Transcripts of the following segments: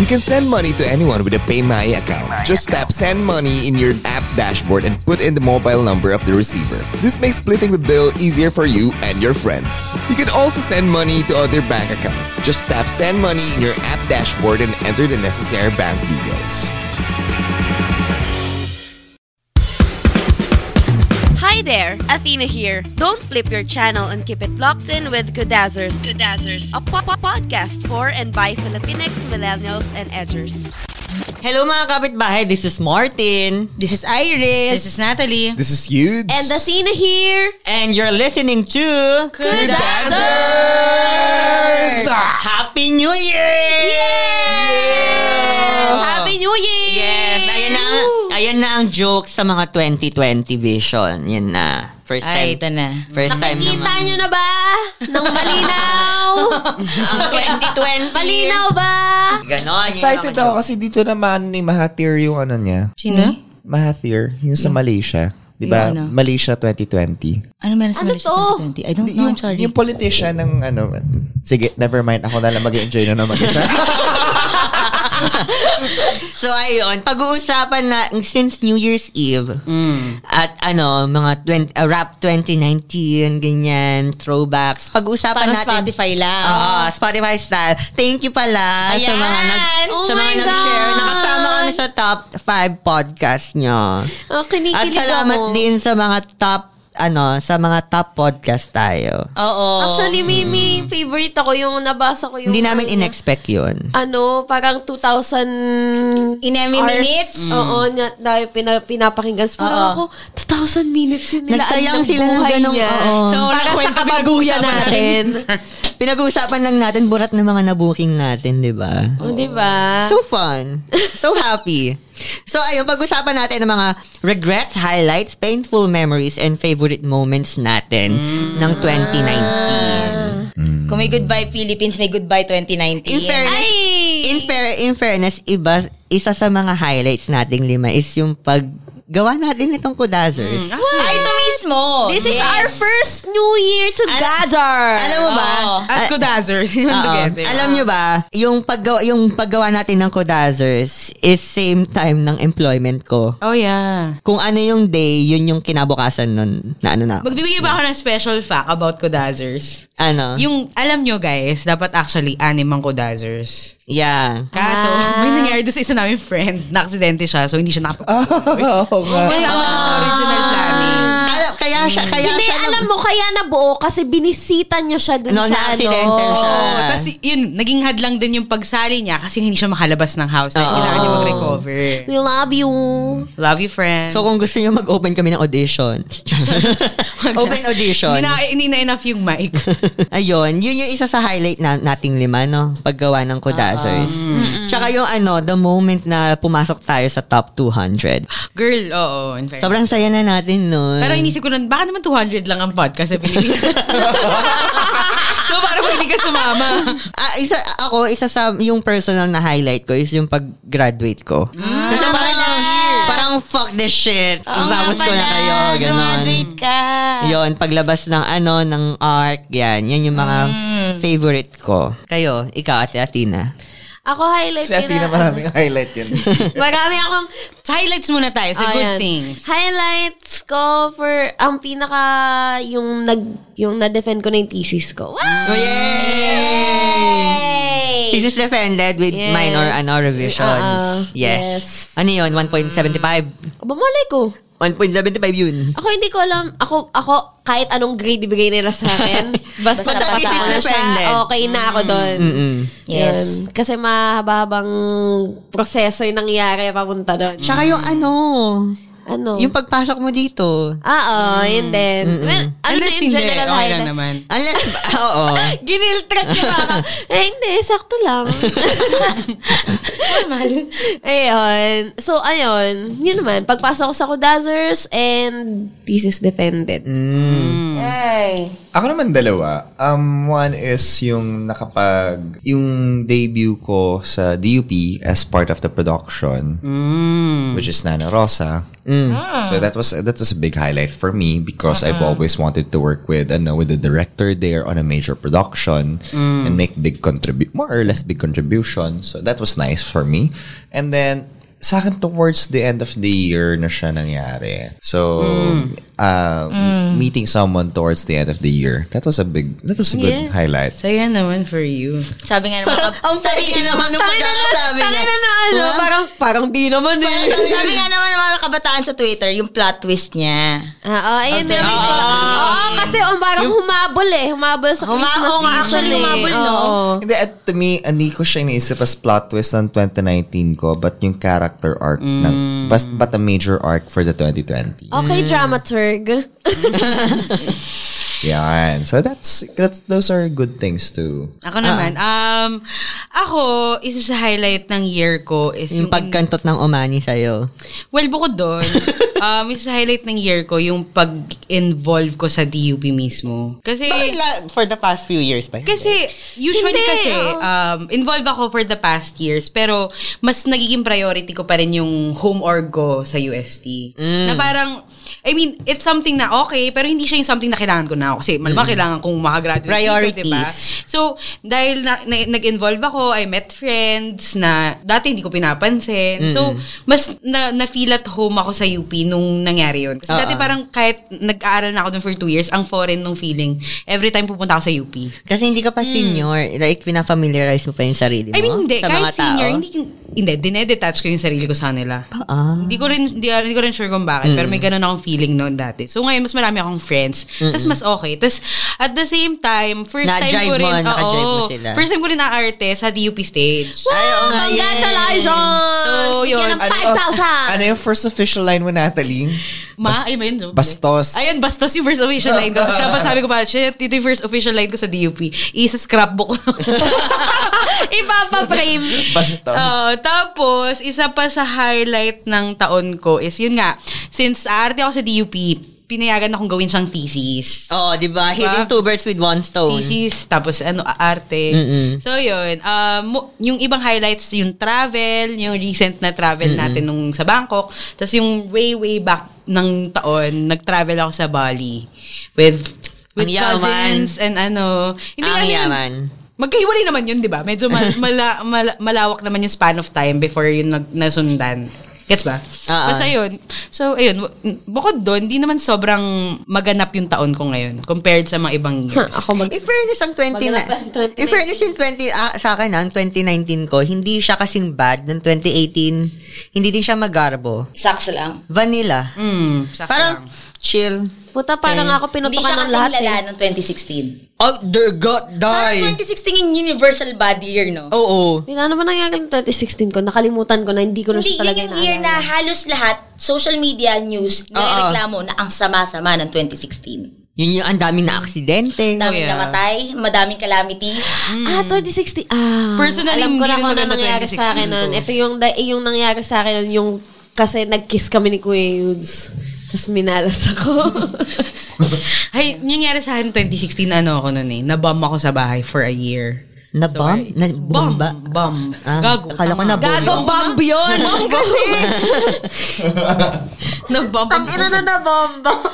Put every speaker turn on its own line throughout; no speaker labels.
You can send money to anyone with a PayMaya account. Just tap Send Money in your app dashboard and put in the mobile number of the receiver. This makes splitting the bill easier for you and your friends. You can also send money to other bank accounts. Just tap Send Money in your app dashboard and enter the necessary bank details.
Hi there, Athena here. Don't flip your channel and keep it locked in with Kudazzers. Kudazzers, a po- po- podcast for and by Filipinx, millennials, and edgers.
Hello mga kapitbahay, this is Martin.
This is Iris. This is Natalie.
This is huge.
And Athena here.
And you're listening to
Kudazzers!
Happy New Year!
Happy New Year!
Yes, ayan na, ang- ayan na ang joke sa mga 2020 vision. Yan na. First time.
Ay, ito na.
First time
Kita
naman.
nyo na ba? Nang malinaw?
Ang 2020.
malinaw ba?
Ganon. yun
Excited
ang
ako kasi dito naman ni Mahathir yung ano niya.
Sino?
Mahathir, yung sa Malaysia. Di ba?
Yung ano?
Malaysia 2020.
Ano meron sa
Ano
Malaysia
to?
2020? I don't know,
yung,
I'm sorry.
yung politician ng ano, sige, never mind. Ako na lang mag-enjoy na naman isa.
joke. So ayun, pag-uusapan na since New Year's Eve.
Mm.
At ano, mga 20, uh, rap 2019, ganyan, throwbacks. Pag-uusapan
Parang
natin.
Spotify lang.
Oo, Spotify style. Thank you pala sa
Ayan!
mga nag
Oh
sa mga
my
nag-share.
God!
Nakasama kami sa top 5 podcast nyo.
Oh,
At
kinikilig
salamat
ako.
din sa mga top ano, sa mga top podcast tayo.
Oh
Oo.
Actually, may, may favorite ako yung nabasa ko
Mm.
yung...
Hindi namin
ano,
in-expect 'yun.
Ano, parang 2,000...
In a
hours. Mm.
minutes?
Oo, na, na, pina, pinapakinggan. So, Parang
Oo.
ako, 2,000 minutes yun. nila.
Nagsayang
Ang
sila ng
buhay
ganong-
niya.
oo.
So, para sa kababuyan natin.
Pinag-uusapan lang natin burat ng mga nabuking natin, 'di ba?
O, di ba?
So fun. So happy. So ayun, pag-usapan natin ng mga regrets, highlights, painful memories, and favorite moments natin
Mm.
ng 2019.
Kung may goodbye Philippines, may goodbye 2019.
In fairness, in, fair, in fairness, iba, isa sa mga highlights nating lima is yung paggawa natin itong
Hmm.
Kudazers.
Ay, ito mismo.
This is our first new year together.
Alam mo ba?
Ah,
As Kudazzers.
Oo.
Yun
Diba?
together.
Alam nyo ba, yung paggawa, yung paggawa natin ng Kodazers is same time ng employment ko.
Oh, yeah.
Kung ano yung day, yun yung kinabukasan nun. Na ano na. ako.
Magbibigay ba ako ng special fact about Kudazzers?
ano?
Yung, alam nyo guys, dapat actually anim ang Kudazzers.
yeah.
Kaso,
Ah.
may nangyari doon sa isa namin friend. Na-aksidente siya, so hindi siya nakapag-
Oh,
Oo nga.
Kasama siya
Ah.
sa original planning.
Alam, kaya siya, kaya
Hmm. Hindi,
siya.
alam mo, kaya nabuo kasi binisita nyo siya dun
No,
sa ano.
na-accidental siya.
Oo, tapos yun, naging hadlang din yung pagsali niya kasi hindi siya makalabas ng house. Dahil kailangan niya mag-recover.
We love you.
Love you, friend.
So kung gusto niyo mag-open kami ng audition. open audition.
Hindi na, hindi na enough yung mic.
Ayun, yun yung isa sa highlight na, nating lima, no? Paggawa ng Kodazers. Tsaka yung ano, the moment na pumasok tayo sa top 200.
Girl, oo. in fairness.
Sobrang saya na natin nun.
Pero inisip ko nun, baka naman 200 lang ang podcast sa Pilipinas. so, parang hindi ka sumama.
Ah, isa, ako, isa sa yung personal na highlight ko is yung pag-graduate ko. Kasi parang, parang fuck this shit. Tapos ko na kayo. Ganon.
ka.
Yon, paglabas ng ano, ng arc, yan. Yan yung mga favorite ko. Kayo, ikaw, Ate Athena.
Ako highlight
Si Athena
na-
maraming highlight yun.
Marami akong
So, highlights muna tayo sa good
Ayan.
things.
Highlights ko for ang pinaka yung nag yung na-defend ko na yung thesis ko. Wow!
Oh, yay! This is defended with
Yes.
minor ano, revisions.
Ah, ah.
Uh-uh.
Yes.
yes. Ano yun? 1.75?
Aba, malay ko.
1.75 yun.
Ako hindi ko alam. Ako, ako kahit anong grade ibigay nila sa akin, basta,
Basta
napasa
thesis
na siya,
defended.
okay na ako doon.
Yes.
Yun. Kasi mahaba-habang proseso yung nangyari papunta doon.
Tsaka yung ano,
Ano?
Yung pagpasok mo dito.
Ah, oh, yun din. Well, ano
Unless
in
hindi,
general
okay lang
highlight?
naman.
Unless, oo.
Ginil trap niya baka. eh, hindi. Sakto lang. Normal. Ayun. So, ayun. Yun naman. Pagpasok ko sa Kudazers and thesis defended.
Ako naman dalawa. Um, one is yung nakapag, yung debut ko sa DUP as part of the production, which is Nana Rosa. Mm. So that was that was a big highlight for me because I've always wanted to work with ano, with the director there on a major production and make big contribute more or less big contribution. So that was nice for me. And then sa akin towards the end of the year na siya nangyari. So uh, meeting someone towards the end of the year. That was a big that was a good highlight.
Saya naman for you.
Sabi nga naman, kap-
Ang sabi niya naman nung pagkakasabi niya.
Tangin na na ano.
What?
Parang, parang di naman eh.
sabi nga naman ng mga kabataan sa Twitter, yung plot twist niya.
Oo, oh, ayun na.
Ah.
Oo, kasi oh, parang humabol eh. Humabol sa
Huma-
Christmas
oo nga,
season
actually,
eh.
humabol, no? Mm.
Oo.
Hindi, at to me, hindi ko siya iniisip as plot twist ng 2019 ko, but yung character arc, ng, but, but a major arc for the 2020.
Okay, dramaturg.
Yan. So that's, that's, those are good things too.
Ako naman,
Ah.
um, ako, isa sa highlight ng year ko is
Yung
yung,
pagkantot ng umani sa'yo.
well, bukod doon, um, isa sa highlight ng year ko yung pag-involve ko sa DUP mismo. Kasi,
Bakit la- for the past few years ba?
Kasi, usually
Hindi,
kasi,
oo.
um, involved ako for the past years, pero mas nagiging priority ko pa rin yung home org ko sa UST. Na parang, I mean, it's something na okay, pero hindi siya yung something na kailangan ko na. Kasi, malamang kailangan kong makagraduate. dito,
Priorities.
diba? So, dahil na, na- nag-involve ako, I met friends na dati hindi ko pinapansin. So, mas na, na-feel at home ako sa UP nung nangyari yun. Kasi dati parang kahit nag-aaral na ako dun for two years, ang foreign nung feeling every time pupunta ako sa UP.
Kasi hindi ka pa senior. Like, pinafamiliarize mo pa yung sarili mo
mm. I mean, hindi.
sa mga
kahit
tao.
senior, hindi, hindi, dinedetach ko yung sarili ko sa nila.
Ah. Mm.
Hindi ko rin, hindi, hindi ko rin sure kung bakit, pero may ganun akong feeling noon dati. So ngayon, mas marami akong friends. Tapos mas okay. Tapos at the same time, first time
Na-jive
ko rin,
mo, naka-jive mo
oo,
sila.
first time ko rin na-arte sa DUP stage.
Ay, oo nga, yay.
Congratulations!
So,
Bigyan
yun.
ng 5,000!
Ano yung first official line mo, Natalie?
Ma, ay, may
Bastos.
Ayun, bastos yung first official line ko. Tapos dapat sabi ko pa, shit, ito yung first official line ko sa DUP. Isa scrapbook ko. Ipapa-frame.
Bastos.
Oo, tapos, isa pa sa highlight ng taon ko is, yun nga, since aarte ako sa DUP, pinayagan akong gawin siyang thesis.
Oo, di ba? Hitting
Diba?
two birds with one stone.
Thesis, tapos ano, aarte. So, yun. Um, mo- yung ibang highlights, yung travel, yung recent na travel natin nung sa Bangkok. Tapos yung way, way back ng taon, nag-travel ako sa Bali with with
Ang yaman.
cousins and ano. Hindi
Ang
ano yun,
yaman.
Magkahiwalay naman yun, di ba? Medyo mal- mala- mala- malawak naman yung span of time before yun nag- nasundan. Gets ba?
Oo.
Basta yun. So, ayun. w- Bukod doon, di naman sobrang maganap yung taon ko ngayon compared sa mga ibang years.
Ako mag...
In fairness, ang 20 na,
Maganap ang 2019.
in fairness, yung 20, ah, sa akin, ah, ang 2019 ko, hindi siya kasing bad ng 2018. Hindi din siya magarbo.
Sakso lang.
Vanilla.
Hmm, sakto
Parang,
lang.
chill.
Puta, parang
Hindi
ako
siya
pinutukan ng
kasing
lahat
lala
eh.
ng 2016.
Oh, the God,
Parang
die!
2016 yung universal body year, no?
Oo.
Yun, ano ba nangyari ng 2016 ko? Nakalimutan ko na hindi ko na
Hindi,
siya talaga
yun yung year na halos lahat social media news na reklamo na ang sama-sama ng 2016.
Yun yung ang daming na aksidente.
Madaming
yeah.
namatay, madaming calamities.
Ah, 2016. Ah,
Mm. Personally,
alam ko
hindi
na
rin
kung ano
maganda
nangyari sa akin
2016
nun.
ko.
Ito yung, da- eh, yung nangyari sa akin nun, yung kasi nag-kiss kami ni Kuya Yudes. Tapos minalas ako.
Ay, yung nangyari sa akin 2016, ano ako noon eh. Nabum ako sa bahay for a year.
Na bomb?
ay-
Na bomba?
Bum, bum.
Ah,
Gago.
akala ko
tama.
na bomba.
Gagong bomb yun! kasi!
Nabum.
na bomba.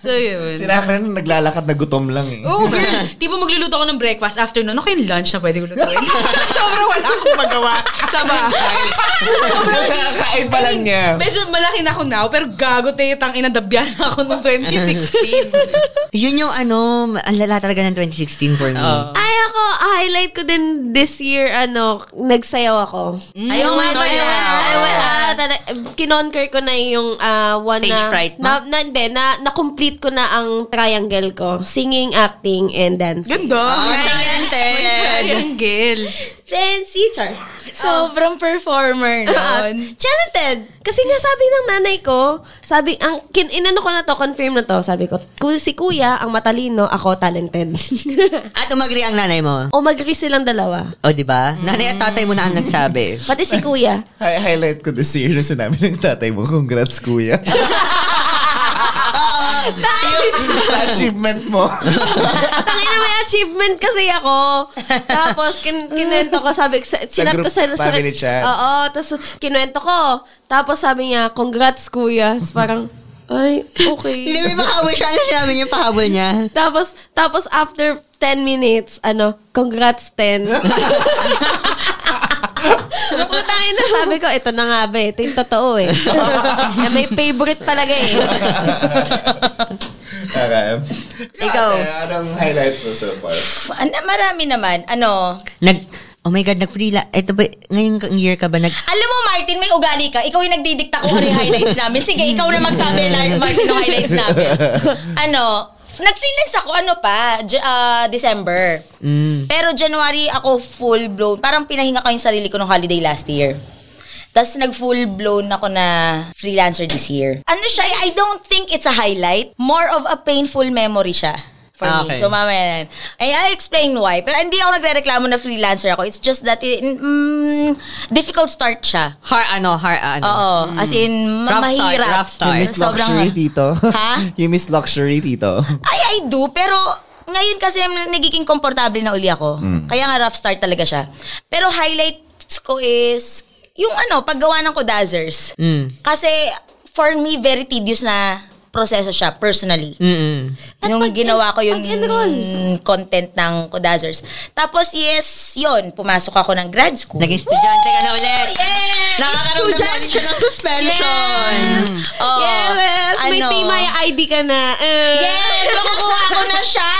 So, yun.
Si Nakra na naglalakad na gutom lang eh.
Oo, girl. Tipo magluluto ako ng breakfast after nun. Okay, lunch na pwede ko lutuin. Sobrang wala akong magawa sa bahay.
Nakakain pa lang niya.
Medyo malaki na ako now, pero gago tayo tang inadabyan ako noong 2016.
Yun yung ano, ang lala talaga ng 2016 for me.
Ay, ako, highlight Oh, ko din this year, ano, nagsayaw ako.
Mm,
Ayaw nga,
oh,
ayaw
yeah.
nga, ayaw nga. ah, tala- Kinonquer ko na yung ah, one
Stage
na,
fright mo?
na, na, hindi, na, na-complete ko na ang triangle
Ah,
ko. Singing, acting, and dance.
Ganda. Oriented. Oriented.
Fancy char. Ah,
Sobrang performer nun.
Talented. Kasi nga sabi ng nanay ko, sabi, ang, kin, inano ko na to, confirm na to, sabi ko, "Ku- si kuya, ang matalino, ako talented.
At umagri ang nanay mo.
o mag silang dalawa.
O, di ba? Nanay at tatay mo na ang nagsabi.
Pati si kuya.
Hi- highlight ko this year na sinabi ng tatay mo, congrats kuya. sa achievement mo.
Tangin na may achievement kasi ako. Tapos, kin kinwento ko, sabi, sa, chinat ko
group
sa... sa-
family chat.
Oo, tapos kinwento ko. Tapos sabi niya, congrats kuya. Tapos parang, ay,
Hindi,
okay.
may pahabol siya. Ano sinabi niya? Pahabol niya.
tapos, tapos after 10 minutes, ano, congrats 10. Putangin na Ano sabi ko, ito na nga ba, ito yung totoo eh. Eh, may favorite talaga eh.
okay.
Ikaw.
Ate, anong highlights mo so far?
Ano, marami naman. Ano?
Nag, oh my God, nag-freela. Ito ba, ngayong year ka ba nag...
Alam mo, Martin, may ugali ka. Ikaw yung nagdidikta kung ano yung highlights namin. Sige, ikaw na magsabi, Lar- Martin, ng highlights namin. Ano? Nag-freelance ako, ano pa, J- ah, December.
Mm.
Pero January, ako full-blown. Parang pinahinga ko yung sarili ko nung holiday last year. Tapos nag-full-blown ako na freelancer this year. Ano siya, I don't think it's a highlight. More of a painful memory siya for
Ah, Okay.
me. So, mamaya yan. Ay, I'll explain why. Pero hindi ako nagre-reklamo na freelancer ako. It's just that, it, mm, difficult start siya.
Har, ano, har, ano.
Oo. As in, ma-
Rough start,
mahirap.
rough start.
Miss Luxury, tito.
Ha?
You miss luxury, tito.
Ay, I do, pero ngayon kasi nagiging komportable na uli ako.
Mm.
Kaya nga rough start talaga siya. Pero highlights ko is yung ano, paggawa ng Kodazers.
Mm.
Kasi for me, very tedious na proseso siya personally. Nung
pag-
ginawa ko yung
pag-enroll.
content ng Kodazers. Tapos yes, yon pumasok ako ng grad school.
Naging estudyante ka na ulit.
Yes!
Nakakaroon na ulit siya ng suspension.
Yes!
Oh.
Oo.
Yeah, well, may
Ano?
Pimaya ID ka na. Eh.
Yes! Makukuha ko na siya!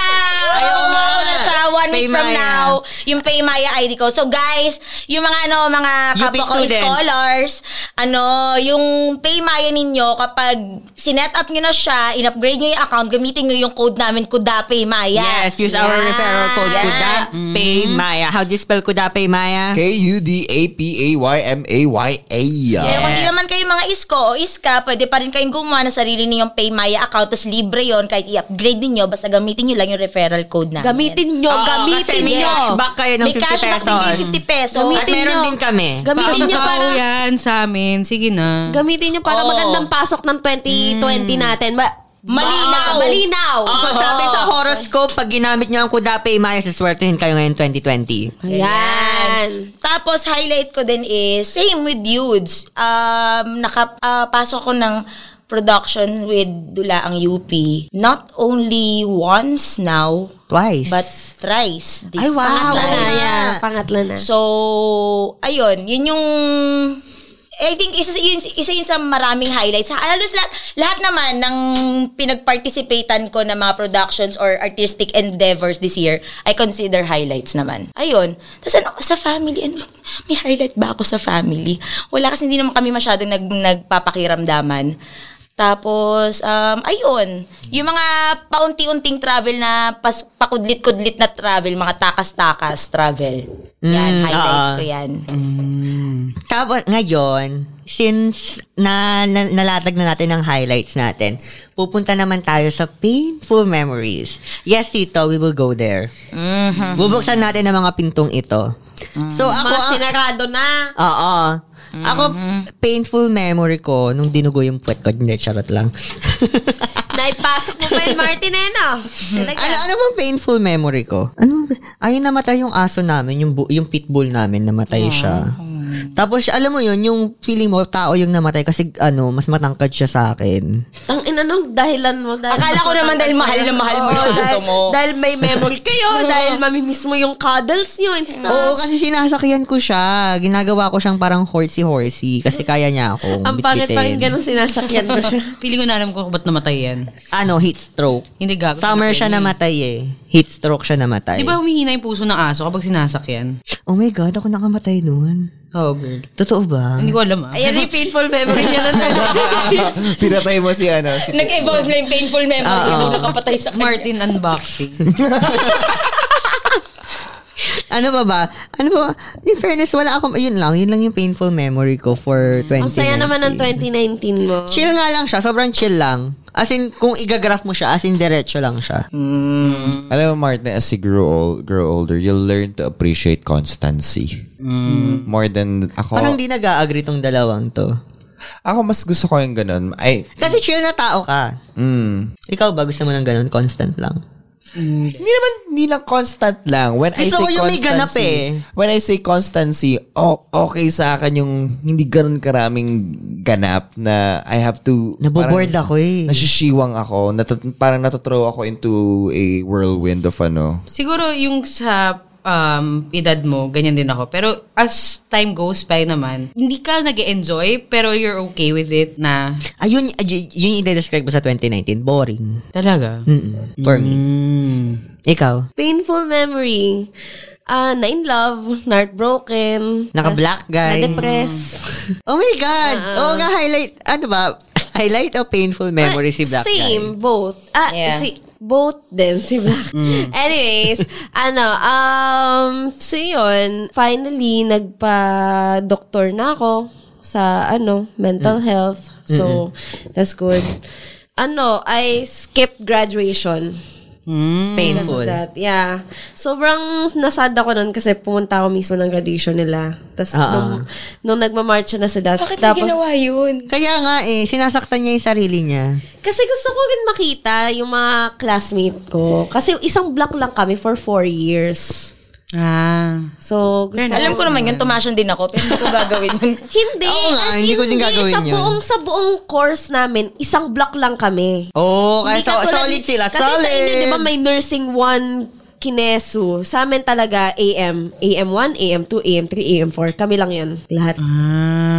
Makukuha ko na siya one week from
Paymaya.
now. Yung Paymaya ID ko. So guys, yung mga ano, mga
UP
kapwa ko
student.
scholars, ano, yung Paymaya ninyo, kapag sinet up nyo na siya, in-upgrade nyo yung account, gamitin nyo yung code namin, Kuda Paymaya.
Yes, use our
Yeah.
referral code,
Yeah. Mm-hmm.
Kudapay Maya. How do you spell Kudapay Maya?
K-U-D-A-P-A-Y-M-A-Y-A.
Pero kung di naman kayo mga isko o iska, pwede pa rin kayong gumawa ng sarili ninyong Paymaya account. Tapos libre yon kahit i-upgrade ninyo. Basta gamitin nyo lang yung referral code namin.
Gamitin nyo,
Oo, kasi
gamitin
may
nyo.
cashback kayo ng
May
50
cashback
pesos.
din yung 50 pesos.
At
Gamitin
meron
nyo.
din kami.
Gamitin nyo
Pao
para
yan sa amin. Sige na.
gamitin nyo para
Oo.
magandang pasok ng 2020
Hmm.
natin. Ba-
Malinaw.
Ba- Malinaw.
Oh, sabi sa horoscope, pag ginamit niyo ang Kudapay Maya, saswertehin kayo ngayon 2020.
Ayan.
Tapos, highlight ko din is, same with dudes. Um, nakapasok ko ng production with Dulaang UP. Not only once now,
Twice.
but thrice. This
Ay, wow.
Pangatla na.
Oo nga.
Yeah. Pangatla
Ah.
na.
So, ayun, yun yung I think isa yun, isa yun sa maraming highlights. Ha- Halos lahat, lahat naman ng pinagparticipatean ko ng mga productions or artistic endeavors this year, I consider highlights naman. Ayun. Tapos ano, sa family, ano, may highlight ba ako sa family? Wala kasi hindi naman kami masyadong nag, nagpapakiramdaman. Tapos, um, ayun, yung mga paunti-unting travel na pas, pakudlit-kudlit na travel, mga takas-takas travel. Yan, highlights
oo.
ko yan.
Tapos ngayon, since na, na- nalatag na natin ang highlights natin, pupunta naman tayo sa painful memories. Yes, Tito, we will go there. Bubuksan natin ang mga pintong ito. So ako,
Mga
ang-
sinarado na.
oo. Ako, painful memory ko nung dinugo yung puwet ko. Hindi, charot lang.
Naipasok mo pa yun, Martin, eh, no? Talaga.
ano, ano bang painful memory ko? Ano, ayun namatay yung aso namin, yung, bu- yung pitbull namin, namatay siya.
Hmm.
Tapos, alam mo yun, yung feeling mo, tao yung namatay kasi ano, mas matangkad siya sa akin.
Tang ina nung dahilan mo. Dahil
Akala ko naman dahil mahal na mahal mo
Oo,
yung aso
dahil-
mo.
Dahil may memory kayo, dahil mamimiss mo yung cuddles nyo and stuff.
Oo, kasi sinasakyan ko siya. Ginagawa ko siyang parang horsey-horsey kasi kaya niya akong
Hmm. Ang pangit pa
bitbitin.
rin ganun sinasakyan ko siya.
Feeling ko na alam ko kung ba't namatay yan.
Ano, heat stroke.
Hindi gago.
Summer siya namatay eh. Heat stroke siya namatay.
Di ba humihina yung puso ng aso kapag sinasakyan?
Oh my God, ako nakamatay nun.
Oh, good.
Totoo ba?
Hindi ko alam ah.
Ayan yung painful memory niya na talaga.
Pinatay mo si ano, si
Nag-evolve na yung painful memory
Oo.
mo nakapatay sa kanya.
Martin unboxing.
Ano ano ba ba? Ano ba? In fairness, wala akong, yun lang, yun lang yung painful memory ko for 2019.
Mm. Ang saya naman ng 2019 mo.
Chill nga lang siya, sobrang chill lang. As in, kung igagraph mo siya, as in, diretso lang siya.
Mm.
Alam mo, Martin, as you grow, old, grow older, you'll learn to appreciate constancy. More than ako.
Parang di nag-agree tong dalawang to.
ako mas gusto ko yung ganun. Ay,
Kasi chill na tao ka.
mm.
Ikaw ba gusto mo ng ganun? Constant lang.
Hindi naman, hindi lang constant lang. When I
Gusto ko
say
yung may
constancy,
ganap eh.
when I say constancy, oh, okay sa akin yung hindi ganun karaming ganap na I have to...
Naboboard
parang
ako eh.
Nasisiwang ako. Nato- parang natutrow ako into a whirlwind of ano.
Siguro yung sa um, edad mo, ganyan din ako. Pero as time goes by naman, hindi ka nag enjoy pero you're okay with it na...
Ayun, ay, yun yung i-describe ko sa 2019. Boring.
Talaga?
Mm-mm. For me.
Mm.
Ikaw?
Painful memory. Ah, na in love, na heartbroken,
Naka-black
na Ah.
guy.
depressed.
Oh my God! Oo nga, highlight. Ano ba? Highlight o painful memory si black guy?
Same, both. Ah,
Yeah.
si both din si Black.
Mm.
Anyways, ano, um, so yun, finally, nagpa-doktor na ako sa, ano, mental
Mm.
health. So, that's good. Ano, I skipped graduation.
Painful.
Because of that. Yeah. Sobrang nasad ako nun kasi pumunta ako mismo ng graduation nila. Tapos,
Ah,
nung, nung nagmamarch na sila.
Bakit niya ginawa yun?
Kaya nga eh, sinasaktan niya yung sarili niya.
Kasi gusto ko rin makita yung mga classmate ko. Kasi isang block lang kami for four years.
Ah.
So, gusto
Alam ko naman yun, tumasyon din ako, pero hindi ko gagawin yun.
Hindi.
Oo nga,
as
hindi
in,
ko din gagawin
sa
yun.
Buong, sa buong course namin, isang block lang kami.
Oo, oh, kaya
Hindi
so,
katulad-
solid sila.
Kasi
solid!
sa inyo, di ba, may nursing one kinesu. Sa amin talaga, AM. AM 1, AM 2, AM 3, AM 4. Kami lang yun. Lahat.
Ah.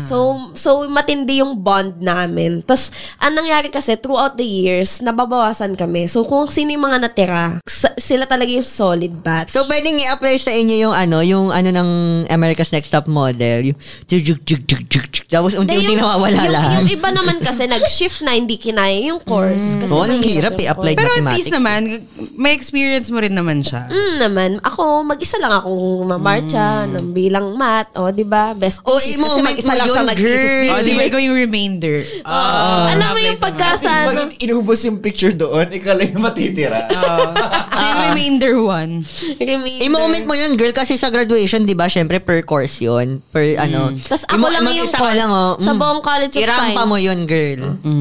So, so matindi yung bond namin. Tapos, ang nangyari kasi, throughout the years, nababawasan kami. So, kung sino yung mga natira, sa- sila talaga yung solid batch.
So, pwedeng i-apply sa inyo yung ano, yung ano ng America's Next Top Model. Yung juk, juk, juk, juk, juk, juk. Tapos
Hindi,
unti-unti nawawala
yung,
lahat.
Yung iba naman kasi, nag-shift na hindi kinaya yung course. Kasi
Oo, ang
mahirap
hirap
yung
i-apply
course.
Pero at
Mathematics.
least naman, may experience mo rin naman siya.
Mm, naman. Ako, mag-isa lang akong mamarcha ng bilang mat. O, di ba? Best
Oh,
thesis.
i-moment mo yun, girl.
Oh, di ba ikaw yung remainder?
Alam mo Ah, yung ano? pagkasaan.
Ano?
Pag inubos yung picture doon, ikaw lang yung matitira.
Ah,
Siya yung remainder one.
I-moment mo yun, girl, kasi sa graduation, di ba, syempre per course yun. Per ano.
Tapos Mm. ako
Imo-
lang yung
mag-isa ka
course.
lang, oh.
Sa
Mm.
buong College of
Irampa
Science. Mm.
mo yun, girl.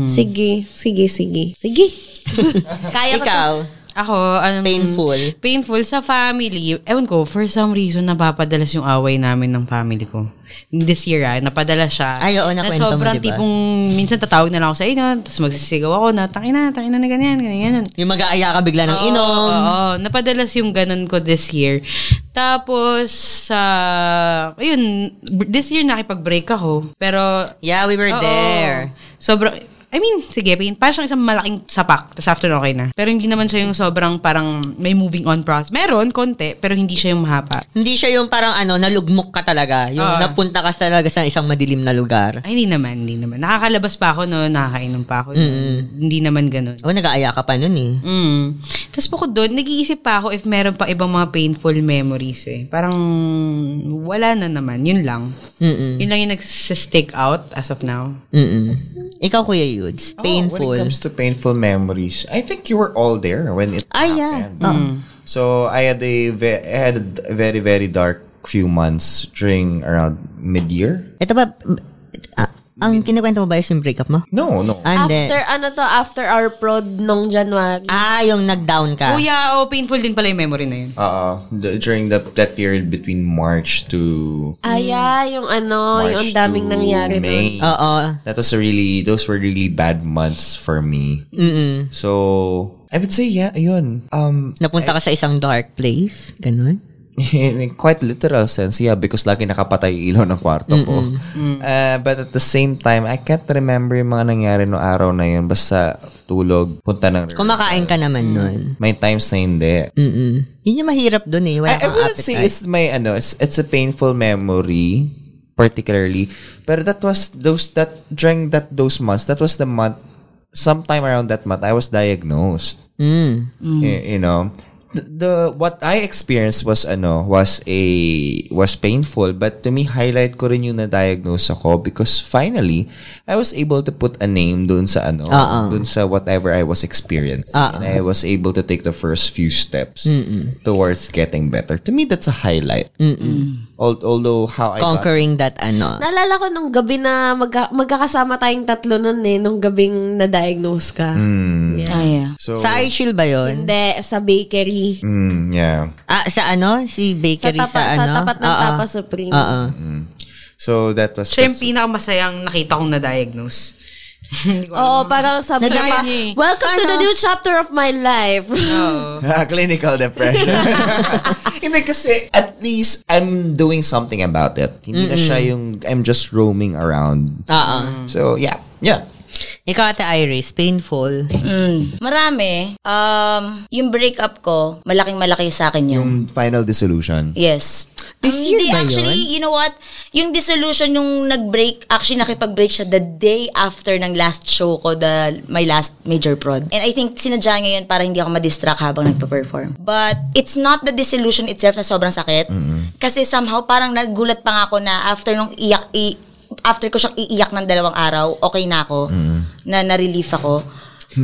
Sige, sige, sige. Sige. Kaya ko. to.
Ikaw,
Ako, ano,
painful.
painful sa family. Ewan ko, for some reason, napapadalas yung away namin ng family ko. This year, ah, napadala siya.
Ay, oo, nakwento mo,
sobrang
diba?
tipong, minsan tatawag na lang ako sa inyo, tapos magsisigaw ako na, tangin na, tangin na na ganyan, ganyan.
Yung mag-aaya ka bigla ng
Oo,
inom.
Oo, napadalas yung ganun ko this year. Tapos, sa ayun, b- this year nakipag-break ako. Pero,
Yeah, we were
Oo.
there.
Sobrang, I mean, sige, pain. Parang siyang isang malaking sapak. Tapos after nun, okay na. Pero hindi naman siya yung sobrang parang may moving on process. Meron, konti. Pero hindi siya yung mahapa.
Hindi siya yung parang ano, nalugmok ka talaga. Yung
Ah.
Oo.
napunta ka talaga sa isang madilim na lugar.
Ay, hindi naman, hindi naman. Nakakalabas pa ako noon, nakakainom pa ako noon. Hindi naman ganun.
Oh, nag-aaya ka pa nun eh.
Mm. Tapos bukod doon, nag-iisip pa ako if meron pa ibang mga painful memories eh. Parang wala na naman. Yun lang.
Mm-mm.
Yun lang yung nagsistick out as of now.
Mm-mm. Ikaw, Kuya Yudes.
Oh, when it
Painful.
comes to painful memories, I think you were all there when it
Ah, yeah.
happened.
Mm.
So I had a ve- I had a very very dark few months during around mid year.
Ito ba, ah, ang kinakwento mo ba is yung breakup mo?
No, no.
Ah, hindi.
After, ano to, after our prod nung January.
Ah, yung nag-down ka.
Oh yeah, oh, painful din pala yung memory na yun.
Uh, the, during the, that period between March to
Mm. Aya, yung ano,
March
yung ang daming
to
nangyari. nun.
May.
Oo.
That was a really those were really bad months for me. mm So I would say yeah, ayun. Um,
Napunta ka sa isang dark place. Ganun.
in quite literal sense, yeah, because lagi nakapatay yung ilaw ng kwarto ko.
Mm.
Uh, but at the same time, I can't remember yung mga nangyari no araw na yun. Basta tulog, punta ng
Kumakain ka
Mm.
naman nun.
May times na hindi.
Mm-mm. Yun yung mahirap dun eh.
I,
Wala
I
kang
wouldn't say
appetite.
it's my, ano, it's, it's a painful memory, particularly. But that was, those, that, during that, those months, that was the month, sometime around that month, I was diagnosed.
Mm.
Y- Eh, You, know? the, the what I experienced was ano was a was painful but to me highlight ko rin yung na-diagnose ako because finally I was able to put a name dun sa ano
Ah, ah.
dun sa whatever I was experiencing
Ah, Mm,
and I was able to take the first few steps towards getting better to me that's a highlight
mm.
Al- although how I got
Conquering that ano.
Naalala ko nung gabi na magka- magkakasama tayong tatlo nun eh, nung gabing na-diagnose ka.
Mm.
Ah, yeah.
so
Sa iShield ba yun?
Hindi, sa bakery.
mm, yeah
Ah, sa ano? Si
Sa,
bakery sa,
tapa, sa,
ano?
tapat ng
Oo.
Tapa Supreme.
Oo.
so that was
Siya yung pinakamasayang nakita kong na-diagnose. Hindi ko
Oo,
alam.
parang sabi ko
Nadaya
pa,
niya eh.
welcome to the
Ano?
new chapter of my life.
Oo.
clinical depression. Hindi kasi at least I'm doing something about it. Hindi na siya yung I'm just roaming around.
Oo.
So yeah, yeah.
Ikaw ate Iris, painful.
Mm, marami. Um, yung breakup ko, malaking malaki sa akin yun.
Yung Mm, final dissolution.
Yes.
Mm. This
Um,
year
hindi,
ba
actually,
yun?
you know what? Yung dissolution, yung nag-break, actually nakipag-break siya the day after ng last show ko, the my last major prod. And I think sinadya niya yun para hindi ako madistract habang nagpa-perform. But it's not the dissolution itself na sobrang sakit. Kasi somehow parang nagulat pa nga ako na after nung iyak, i- after ko siyang iiyak ng dalawang araw, okay na ako. Na na-relief ako.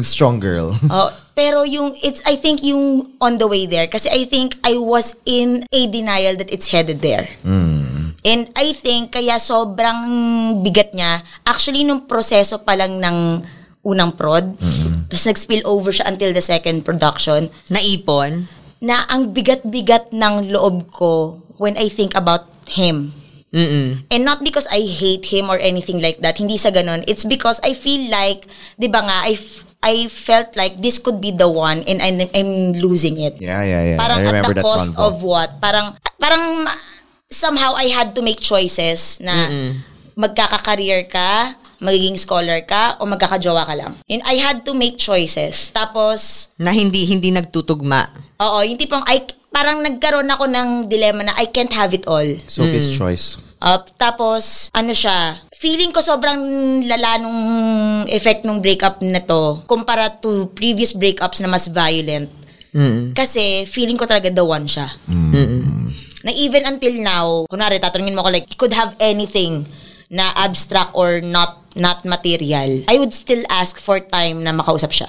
Strong girl.
Oh, pero yung it's I think yung on the way there kasi I think I was in a denial that it's headed there. And I think kaya sobrang bigat niya. Actually nung proseso pa lang ng unang prod, tapos nag-spill over siya until the second production
Naipon.
na ang bigat-bigat ng loob ko when I think about him. And not because I hate him or anything like that. Hindi sa ganun. It's because I feel like, di ba nga, I, f- I felt like this could be the one and I'm, I'm losing it.
Yeah, yeah, yeah.
Parang
I
at
remember
the
that
cost
convo.
of what? Parang, parang somehow I had to make choices na magkaka-career ka, magiging scholar ka, o magkakajowa ka lang. And I had to make choices. Tapos,
Na hindi hindi nagtutugma.
Oo, yung tipong I, parang nagkaroon ako ng dilemma na I can't have it all.
Sophie's
Mm.
choice.
Up, tapos, ano siya, feeling ko sobrang lala nung effect nung breakup na to kumpara to previous breakups na mas violent. Kasi feeling ko talaga the one siya. Na even until now, kunwari tatanungin mo ko like, you could have anything na abstract or not not material. I would still ask for time na makausap siya.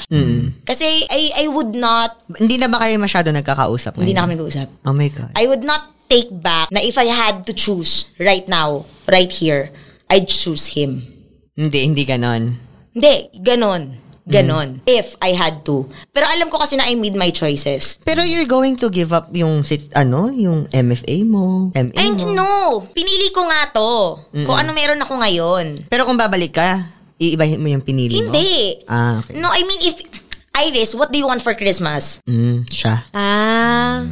Kasi I I would not,
Hindi na ba kayo masyado nagkakausap?
hindi
ngayon?
na kami nag-uusap.
Oh my God.
I would not take back na if I had to choose right now, right here, I'd choose him.
hindi, hindi ganon.
Hindi, ganon. Ganon.
Mm.
If I had to. Pero alam ko kasi na I made my choices.
Pero you're going to give up yung sit, ano, yung MFA mo, MA
And
mo.
no, pinili ko nga to. Kung ano meron ako ngayon.
Pero kung babalik ka, iibahin mo yung pinili mo?
Hindi.
Ah, okay.
No, I mean, if... Iris, what do you want for Christmas?
Mm, siya.
ah.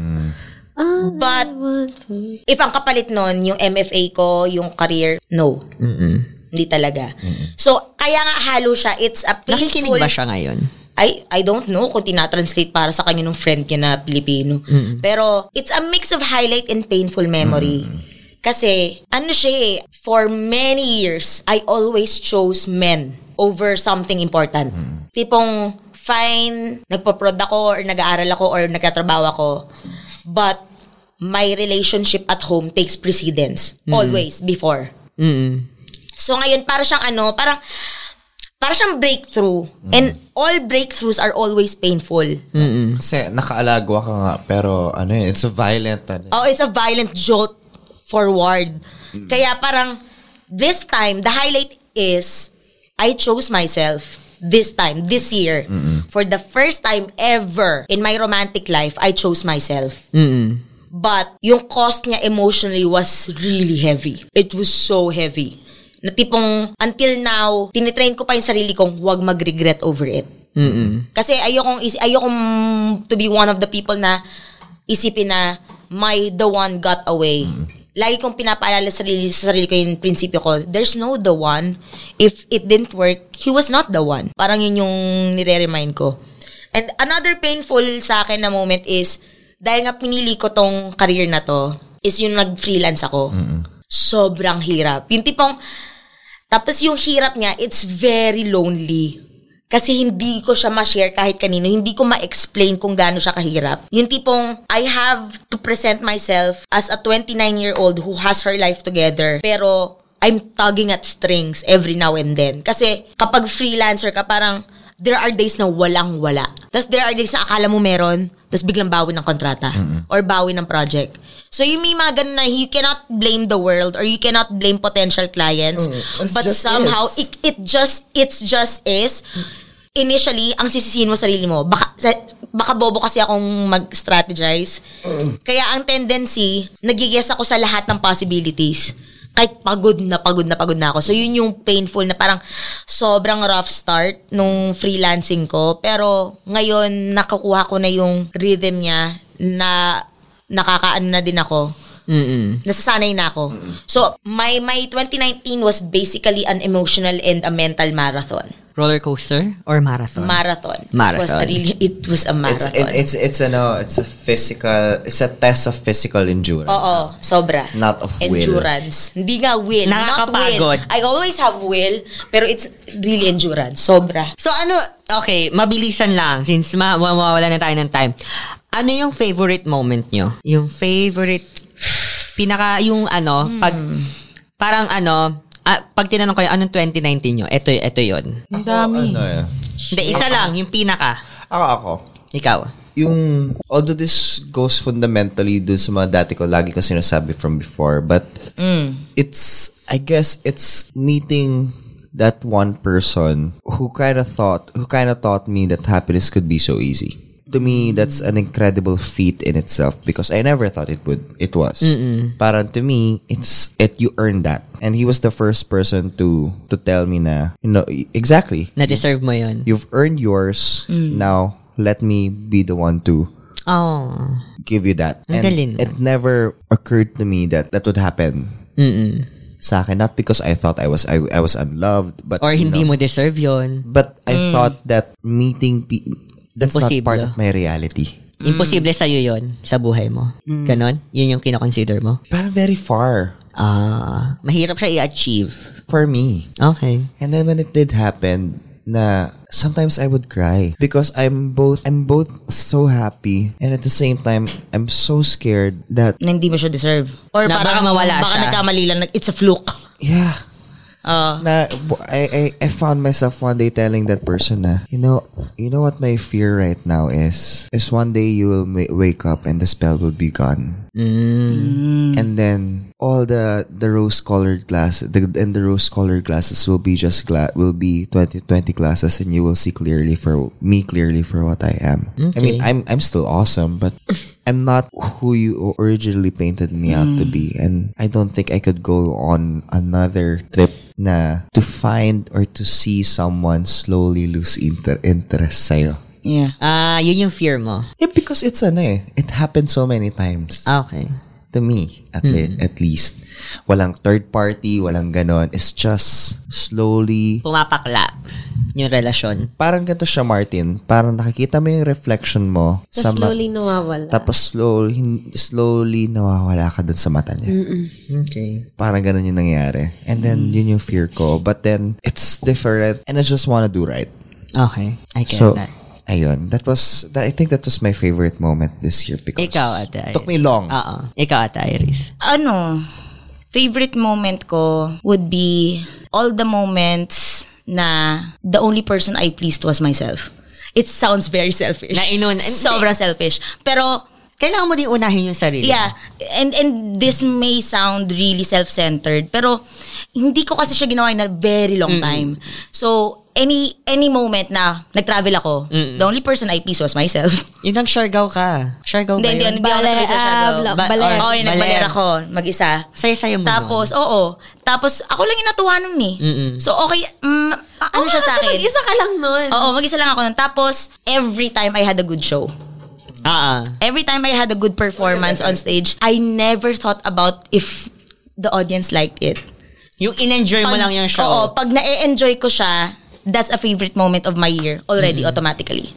But if ang kapalit nun, yung MFA ko, yung career, no. Hindi talaga. So, kaya nga halo siya. It's a painful...
Nakikinig ba siya ngayon?
I I don't know kung tinatranslate para sa kanya ng friend niya na Pilipino. Pero it's a mix of highlight and painful memory. Kasi ano siya eh, for many years, I always chose men over something important. Tipong fine, nagpo-prod ako or nag-aaral ako or nagkatrabaho ako. But my relationship at home takes precedence always before. So ngayon para siyang ano, parang para siyang breakthrough. And all breakthroughs are always painful. Mm.
Kasi nakaalagwa ka nga, pero ano yun, it's a violent ano.
Oh, it's a violent jolt forward. Kaya parang this time, the highlight is I chose myself this time, this year. For the first time ever in my romantic life, I chose myself. But yung cost niya emotionally was really heavy. It was so heavy. Na tipong until now, tinitrain ko pa yung sarili kong huwag mag-regret over it. Kasi ayokong, is- ayokong to be one of the people na isipin na my the one got away. Lagi kong pinapaalala sa sarili, sa sarili ko yung prinsipyo ko, there's no the one. If it didn't work, he was not the one. Parang yun yung nire-remind ko. And another painful sa akin na moment is, dahil nga pinili ko tong career na to, is yung nag-freelance ako. Sobrang hirap. Yung tipong, tapos yung hirap niya, it's very lonely. kasi hindi ko siya ma-share kahit kanino. Hindi ko ma-explain kung gaano siya kahirap. Yung tipong, I have to present myself as a 29-year-old who has her life together. Pero, I'm tugging at strings every now and then. Kasi, kapag freelancer ka, parang, there are days na walang wala. Tapos there are days na akala mo meron, tapos biglang bawi ng kontrata or bawi ng project. So yung may mga ganun na you cannot blame the world or you cannot blame potential clients.
it's
but
just
somehow,
is.
it, it just, it's just is, initially, ang sisisihin mo sarili mo. Baka, sa, baka bobo kasi akong mag-strategize.
Mm.
Kaya ang tendency, nagigess ako sa lahat ng possibilities. Kahit pagod na pagod na pagod na ako. So yun yung painful na parang sobrang rough start nung freelancing ko. Pero ngayon, nakakuha ko na yung rhythm niya na nakakaano na din ako nasasanay na ako. So, my my 2019 was basically an emotional and a mental marathon.
Roller coaster or marathon?
Marathon. It was
Marathon.
a really it was a
Ah. It's,
marathon.
it, it's, it's, ano, it's a physical, it's a test of physical endurance.
Oo, sobra.
Not of will.
endurance. Hindi nga will, not will.
Nakakapagod.
I always have will, pero it's really endurance. Sobra.
So ano, okay, mabilisan lang since ma ma- mawawala na tayo ng time. Ano yung favorite moment nyo? Yung favorite, pinaka, yung ano, pag, parang ano, ah, pag tinanong kayo, anong 2019 nyo? Ito, ito yun.
Ang dami. Ano, eh.
Hindi, isa lang, yung pinaka.
Ako, ako.
Ikaw.
yung although this goes fundamentally dun sa mga dati ko lagi ko sinasabi from before but it's I guess it's meeting that one person who kind of thought who kind of taught me that happiness could be so easy to me that's an incredible feat in itself because I never thought it would it was parang to me it's it you earn that and he was the first person to to tell me na you know exactly
Na-deserve mo yun.
You've earned yours. Now let me be the one to
Oh.
give you that.
Ang galing.
it never occurred to me that that would happen. Sa akin, not because I thought I was I, I was unloved, but
Or
you
hindi
know,
mo deserve yun.
But I thought that meeting pe- that's
Imposible.
not part of my reality.
Imposible sa'yo yun sa buhay mo. Ganon? Yun yung kinoconsider mo?
Parang very far
Ah, mahirap siya i-achieve.
for me.
Okay.
And then when it did happen, na sometimes I would cry because I'm both I'm both so happy and at the same time I'm so scared that
Na hindi mo siya deserve. Or
Na baka
parang
mawala
baka
siya.
nagkamali lang. nag- It's a fluke.
Yeah. na I, I I found myself one day telling that person na you know you know what my fear right now is is one day you will ma- wake up and the spell will be gone and then all the the rose colored glasses the, and the rose colored glasses will be just gla- will be 2020 glasses and you will see clearly for me clearly for what I am I mean I'm I'm still awesome but I'm not who you originally painted me out to be and I don't think I could go on another trip na to find or to see someone slowly lose inter- interest sa'yo
Yeah.
Ah, yun yung fear mo.
yeah, because it's ano eh it happened so many times
Okay.
to me at, le- at least. Walang third party, walang ganon. It's just slowly.
Pumapakla yung relasyon.
Parang ganito siya, Martin. Parang nakikita mo yung reflection mo.
Tapos
ma-
slowly nawawala.
Tapos slowly, hin- slowly nawawala ka dun sa mata niya.
Okay.
Parang ganon yung nangyari. And
Mm.
then, yun yung fear ko. But then, it's different. And I just wanna do right.
Okay. I get
So,
that.
ayun. That was, that, I think that was my favorite moment this year because
Ikaw, Ah. Ate Iris.
took me long.
Oo. Ikaw, Ate Iris.
ano, favorite moment ko would be all the moments na the only person I pleased was myself. It sounds very selfish.
Na eh, inun-
Sobrang selfish. Pero,
Kailangan mo din unahin yung sarili.
yeah, and, and this may sound really self-centered, pero hindi ko kasi siya ginawa in a very long time. So, any any moment na nag-travel ako, the only person I pleased was myself.
Yun ang Siargao ka. Siargao ba
Hindi, hindi,
yun?
hindi ako
Baler,
nag-isa siya.
ah,
though.
bla-
Ba- oh, baler.
Oo, yun, nagbaler
Baler.
ako, mag-isa.
Saya-saya mo
Tapos, oo. Tapos, ako lang yung natuwa nun eh. So, okay, mm, ano
Oo,
siya sa
kasi
akin?
Mag-isa ka lang nun.
Oo, mag-isa lang ako nun. Tapos, every time I had a good show.
nun. Ah, ah.
Every time I had a good performance on stage, I never thought about if the audience liked it.
Yung in-enjoy mo
Pag-
lang yung show.
Oo, pag na-enjoy ko siya, that's a favorite moment of my year already automatically.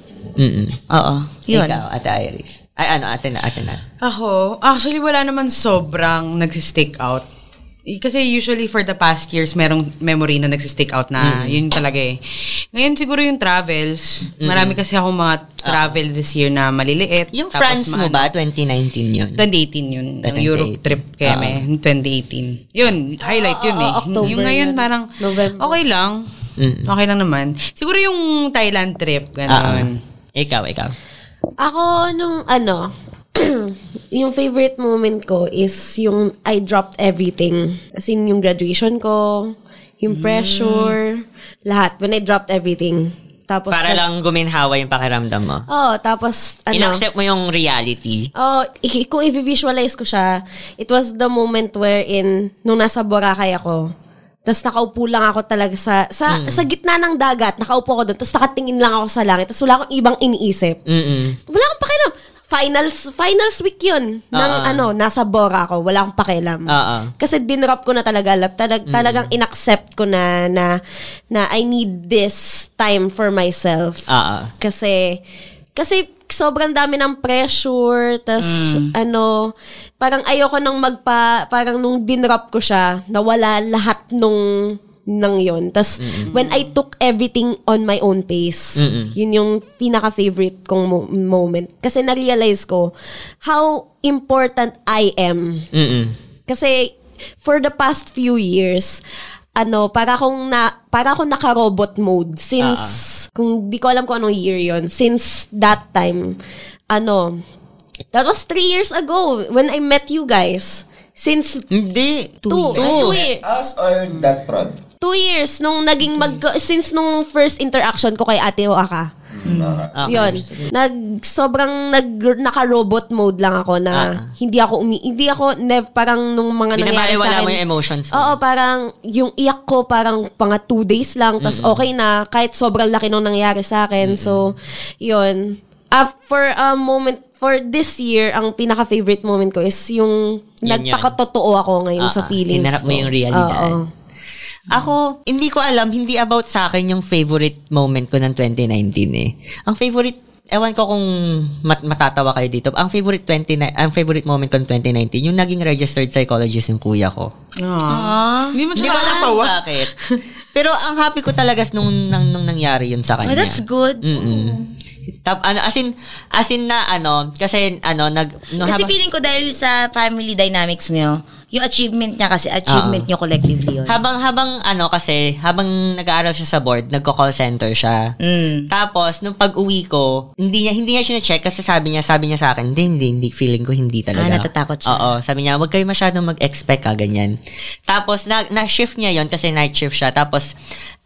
Oo, yun.
Ikaw, Ate Iris. Ay, ano, ate na, ate na.
Ako, actually wala naman sobrang nagsistick out. Eh, kasi usually for the past years, merong memory na nagsistick out
Mm.
na yun talaga eh. Ngayon siguro yung travels. Marami kasi ako mga travel this year na maliliit.
Mm. Yung
Tapos
France mo
maano.
ba, 2019 yun?
2018 yun.
Ah,
Yung Europe
2018.
trip keme.
Ah.
2018. Yun, highlight yun eh.
ah, October
yung ngayon
yun.
parang
November.
okay lang. Okay lang naman. Siguro yung Thailand trip,
Ah, ah.
ganun.
Ikaw, ikaw.
Ako, nung ano, yung favorite moment ko is yung I dropped everything. As in, yung graduation ko,
Mm.
yung pressure, lahat. When I dropped everything. Tapos,
Para
nag-
lang guminhawa yung pakiramdam mo.
Oo, tapos, ano.
In-accept mo yung reality.
Oh, i- kung i-visualize ko siya, it was the moment wherein, nung nasa Boracay ako, tapos nakaupo lang ako talaga sa sa,
Mm.
sa gitna ng dagat, nakaupo ako doon, tapos nakatingin lang ako sa langit, tapos wala akong ibang iniisip.
Mm-mm.
Wala akong pakialam. Finals, finals week yun. Nang
Ah.
ano, nasa Bora ako. Wala akong
Ah,
pakialam.
Mm. ah.
Kasi dinrop ko na talaga. Lap, talag, Talagang inaccept ko na, na na I need this time for myself.
Ah, ah.
Kasi, kasi sobrang dami ng pressure. Tapos, ano, parang ayoko nang magpa, parang nung dinrop ko siya, nawala lahat nung nang yon. Tapos, when I took everything on my own pace, yun yung pinaka-favorite kong mo- moment. Kasi na-realize ko how important I am.
Mm-mm.
Kasi for the past few years, ano, para akong na para akong naka-robot mode since
Ah,
kung di ko alam kung anong year 'yon. Since that time, ano, that was three years ago when I met you guys. Since
Hindi.
two, ah, two, year-
Us or that prod?
two years nung naging mag since nung first interaction ko kay Ate Waka.
Ah, Okay.
Yun. Nag sobrang nag naka-robot mode lang ako na
Ah.
hindi ako umi hindi ako nev parang nung mga nangyari sa
Binabaliwala
akin.
mo yung emotions mo.
Oo, parang yung iyak ko parang panga two days lang tas okay na kahit sobrang laki nung nangyari sa akin. So, yun. After a moment for this year, ang pinaka-favorite moment ko is yung
Yun
nagpakatotoo ako ngayon
Ah,
sa
ah.
feelings
Hinarap mo
ko.
yung realidad.
Oo.
Ako, hindi ko alam, hindi about sa akin yung favorite moment ko ng 2019 eh. Ang favorite, ewan ko kung mat- matatawa kayo dito, ang favorite 20, ang favorite moment ko ng 2019, yung naging registered psychologist yung kuya ko.
Ah. Hindi mo
Hindi
siya
ko alam
nakatawa.
bakit. Pero ang happy ko talaga nung, nang, nung nangyari yun
Oh,
sa kanya.
that's good.
Mm-hmm. Mm-mm. Tap, ano, as in, as in na ano, kasi ano, nag, no,
Kasi
habang-
feeling ko dahil sa family dynamics niyo, yung achievement niya kasi, achievement niyo collectively yun.
Habang habang ano kasi, habang nag-aaral siya sa board, nagko-call center siya.
Mm.
Tapos nung pag-uwi ko, hindi niya hindi niya siya-check kasi sabi niya, sabi niya sa akin, hindi hindi, hindi feeling ko hindi talaga.
Ah, natatakot siya.
Oo, sabi niya, "Huwag kayo masyadong mag-expect ka ganyan." Tapos na, na-shift niya 'yon kasi night shift siya. Tapos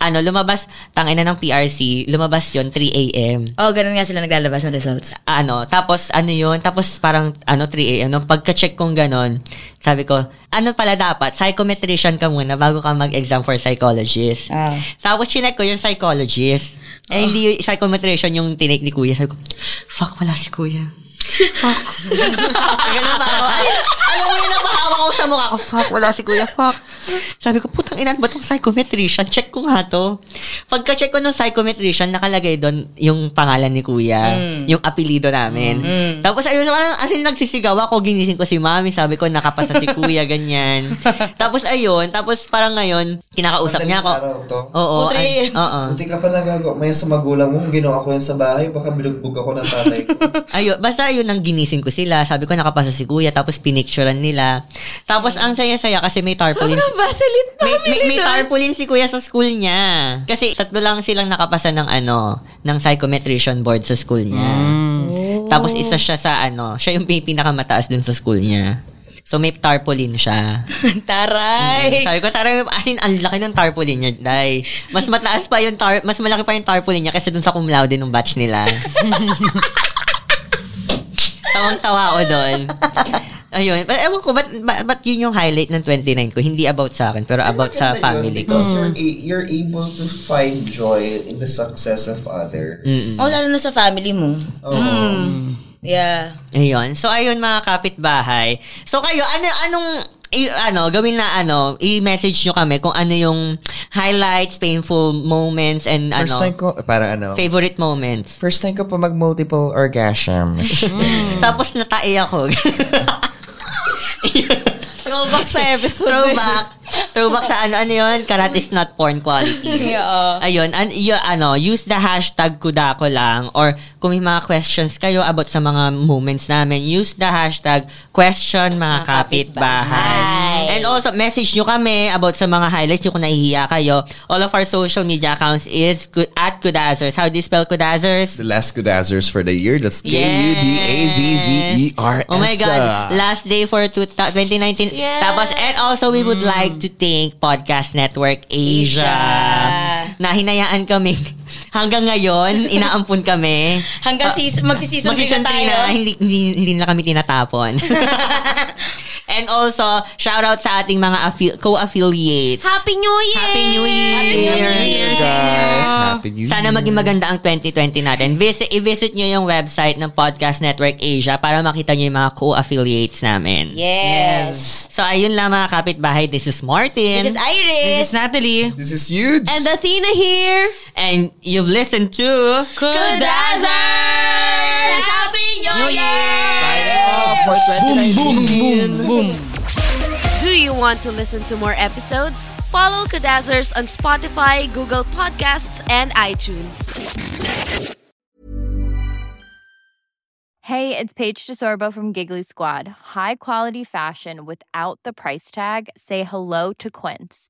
ano, lumabas tangina ng PRC, lumabas 'yon 3 AM
Oh, ganun nga sila naglalabas ng results.
ano, tapos ano yun, tapos parang ano 3 a.m. Nung pagka-check kong ganun, sabi ko, ano pala dapat, psychometrician ka muna bago ka mag-exam for psychologist.
Ah.
Tapos chinek ko yung psychologist. Eh, hindi yung psychometrician yung tinake ni kuya. Sabi ko, fuck, wala si kuya. Fuck. Ganun pa ako. Ay, Alam mo yun, napahawa ko sa mukha ko. Fuck, wala si kuya. Fuck. Sabi ko, putang ina, ano ba tong psychometrician? Check ko nga to. Pagka-check ko ng psychometrician, nakalagay doon yung pangalan ni kuya. Yung apelido namin. Tapos ayun, parang as in nagsisigaw ako, ginising ko si mami. Sabi ko, nakapasa si kuya, ganyan. tapos ayun, tapos parang ngayon, kinakausap niya ako. Oo.
Oh,
ay-
three.
Oo.
Buti ka pa nagago. May sa magulang mo, ginawa ko yan sa bahay, baka binugbog ako ng tatay ko.
Ayun, basta yun ang ginising ko sila. Sabi ko nakapasa si kuya, tapos pinicturean nila. Tapos ang saya-saya kasi may tarpaulin.
Sobrang vaseline
May, may,
family
may
nun. ah.
tarpaulin si kuya sa school niya. Kasi tatlo lang silang nakapasa ng ano, ng psychometrician board sa school niya. Tapos isa siya sa ano, siya yung may pinakamataas dun sa school niya. So may tarpaulin siya.
Taray!
Mm. Sabi ko, taray, as in, ang laki ng tarpaulin niya, day. Mas mataas pa yung tar- mas malaki pa yung tarpaulin niya kaysa dun sa cum laude ng batch nila. Tawang-tawa ako doon. Ayun. But, ewan ko, ba't, ba- ba't yun yung highlight ng 29 ko? Hindi about sa akin, pero about
Maganda
sa
yun,
family ko.
Because you're, a- you're able to find joy in the success of others.
Oh, lalo na sa family mo. Mm.
Oo.
Yeah.
Ayun. So, ayun mga kapitbahay. So, kayo, ano, anong, i- ano, gawin na ano, i-message nyo kami kung ano yung highlights, painful moments, and
First
ano,
time ko, para ano,
favorite moments.
first time ko pa mag-multiple orgasm.
Tapos natae ako.
Throwback sa episode.
Throwback. Throwback sa ano, ano yun? Karat is not porn quality.
Yeah.
Ayun, an, yun, ano, use the hashtag kudako lang or kung may mga questions kayo about sa mga moments namin, use the hashtag question mga kapitbahay. And also, message nyo kami about sa mga highlights nyo kung nahihiya kayo. All of our social media accounts is ku- at kudazers. How do you spell kudazers?
The last good answers for the year. That's K U D A Z Z E R S.
Oh my
ah.
God. Last day for two- 2019. Tapos, and also, we would like to thank Podcast Network Asia.
Ah,
Na hinayaan kami. Hanggang ngayon, inaampun kami.
Hanggang season, magsi-season three
Mag-season
na
three
tayo.
na, hindi, hindi, hindi na kami tinatapon. and also, shout out sa ating mga affi- co-affiliates.
Happy New Year!
Happy New Year!
Guys, happy New
Sana
Year.
maging maganda ang 2020 natin. Visit, i-visit nyo yung website ng Podcast Network Asia para makita nyo yung mga co-affiliates namin.
Yes.
So, ayun lang mga kapitbahay. This is Martin.
This is Iris.
This is Natalie.
This is huge.
And Athena here.
and you've listened to...
Kudazers! Happy New Year!
Ah, boom, boom, boom, boom.
Do you want to listen to more episodes? Follow Kudazers on Spotify, Google Podcasts, and iTunes.
Hey, it's Paige DeSorbo from Giggly Squad. High quality fashion without the price tag. Say hello to Quince.